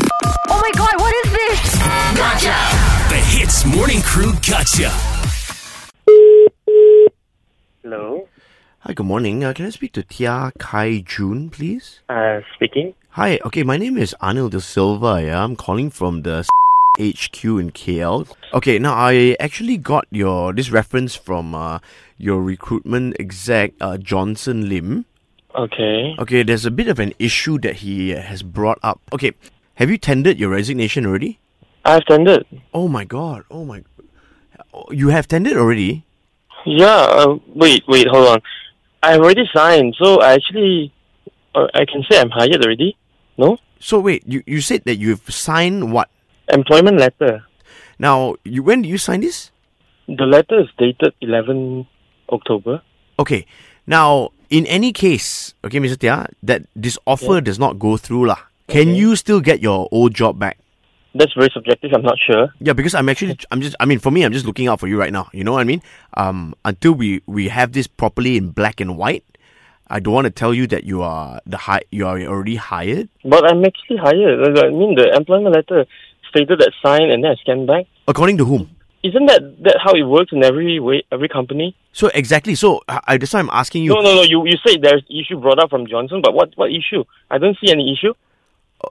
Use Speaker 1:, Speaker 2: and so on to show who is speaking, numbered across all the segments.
Speaker 1: Oh my god, what is this?
Speaker 2: The Hits Morning Crew Gotcha.
Speaker 3: Hello,
Speaker 4: Hi, good morning. Uh, can I speak to Tia Kai Jun, please?
Speaker 3: uh, speaking.
Speaker 4: Hi, okay, my name is Anil De Silva. Yeah? I'm calling from the HQ in KL. Okay, now I actually got your this reference from uh, your recruitment exec, uh, Johnson Lim.
Speaker 3: Okay.
Speaker 4: Okay, there's a bit of an issue that he has brought up. Okay, have you tendered your resignation already?
Speaker 3: I've tendered.
Speaker 4: Oh my god, oh my. Oh, You have tendered already?
Speaker 3: Yeah. Uh, wait, wait, hold on. I've already signed, so I actually, uh, I can say I'm hired already. No
Speaker 4: So wait, you, you said that you've signed what?
Speaker 3: employment letter.
Speaker 4: Now, you, when did you sign this?
Speaker 3: The letter is dated 11 October.
Speaker 4: Okay. Now, in any case, okay, Mr. Tia, that this offer does not go through, lah. Can you still get your old job back?
Speaker 3: That's very subjective. I'm not sure.
Speaker 4: Yeah, because I'm actually, I'm just, I mean, for me, I'm just looking out for you right now. You know what I mean? Um, until we we have this properly in black and white, I don't want to tell you that you are the hi- you are already hired.
Speaker 3: But I'm actually hired. I mean, the employment letter stated that sign and then I scanned back.
Speaker 4: According to whom?
Speaker 3: Isn't that that how it works in every way, every company?
Speaker 4: So exactly. So I, I- that's why I'm asking you.
Speaker 3: No, no, no. You you say there's issue brought up from Johnson, but what what issue? I don't see any issue.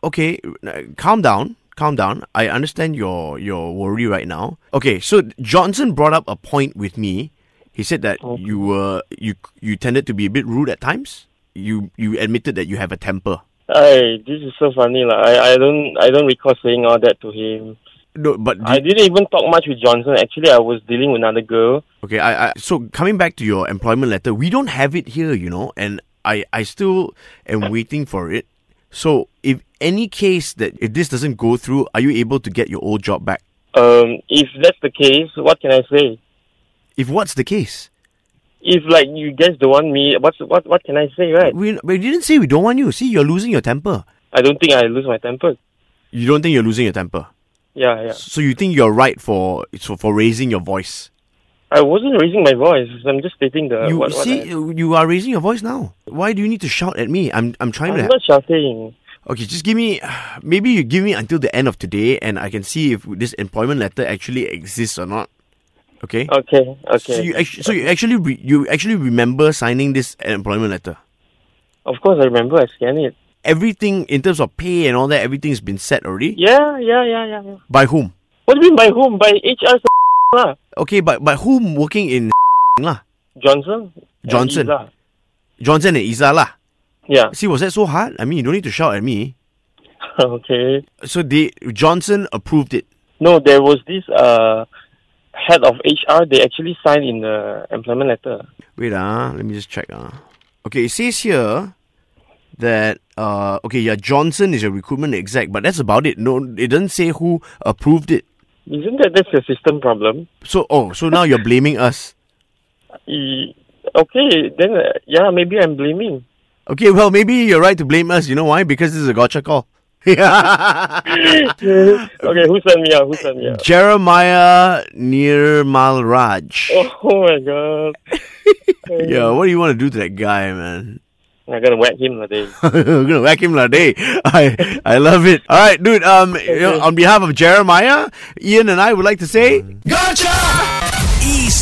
Speaker 4: okay, uh, calm down, calm down. I understand your your worry right now. Okay, so Johnson brought up a point with me. He said that you were you you tended to be a bit rude at times. You you admitted that you have a temper.
Speaker 3: Hey, this is so funny, lah. I, I don't I don't recall saying all that to him.
Speaker 4: No, but the-
Speaker 3: I didn't even talk much with Johnson. Actually, I was dealing with another girl.
Speaker 4: okay, I, I so coming back to your employment letter, we don't have it here, you know, and I I still am waiting for it. So if any case that if this doesn't go through, are you able to get your old job back?
Speaker 3: Um, if that's the case, what can I say?
Speaker 4: If what's the case?
Speaker 3: If like you guys don't want me, what's what what can I say, right?
Speaker 4: We, we didn't say we don't want you. See, you're losing your temper.
Speaker 3: I don't think I lose my temper.
Speaker 4: You don't think you're losing your temper.
Speaker 3: Yeah, yeah.
Speaker 4: So you think you're right for so for raising your voice.
Speaker 3: I wasn't raising my voice. I'm just stating the.
Speaker 4: you
Speaker 3: Uh, what, what
Speaker 4: see,
Speaker 3: I,
Speaker 4: you you are raising your voice now. Why do you need to shout at me? I'm I'm trying
Speaker 3: I'm
Speaker 4: to.
Speaker 3: not shouting.
Speaker 4: okay, just give me. Maybe you give me until the end of today, and I can see if this employment letter actually exists or not. Okay.
Speaker 3: Okay, okay.
Speaker 4: So you actually, so you actually, re- you actually remember signing this employment letter.
Speaker 3: of course, I remember I scanned it.
Speaker 4: Everything in terms of pay and all that, everything's been set already.
Speaker 3: Yeah, yeah, yeah, yeah. yeah.
Speaker 4: By whom?
Speaker 3: What do you mean by whom? By HR, lah.
Speaker 4: Okay, but by whom working in lah?
Speaker 3: Johnson. and
Speaker 4: Johnson.
Speaker 3: Izzah.
Speaker 4: Johnson and Isa lah.
Speaker 3: Yeah.
Speaker 4: See, was that so hard? I mean, you don't need to shout at me.
Speaker 3: okay.
Speaker 4: So they Johnson approved it.
Speaker 3: No, there was this uh, head of HR. They actually signed in the employment letter.
Speaker 4: Wait ah, let me just check ah. Okay, it says here that uh okay yeah Johnson is your recruitment exec, but that's about it. No, it doesn't say who approved it.
Speaker 3: Isn't that that's a system problem?
Speaker 4: So oh, so now you're blaming us.
Speaker 3: E- okay, then uh, yeah, maybe I'm blaming.
Speaker 4: Okay, well maybe you're right to blame us. You know why? Because this is a gotcha call.
Speaker 3: okay, who sent me out? Who sent me out?
Speaker 4: Jeremiah Nirmalraj.
Speaker 3: Oh my god,
Speaker 4: Yeah, what do you want to do to that guy, man?
Speaker 3: I'm gonna whack him today.
Speaker 4: We're gonna whack him like day. I I love it. All right, dude. Um, you know, on behalf of Jeremiah, Ian, and I would like to say.
Speaker 2: Ease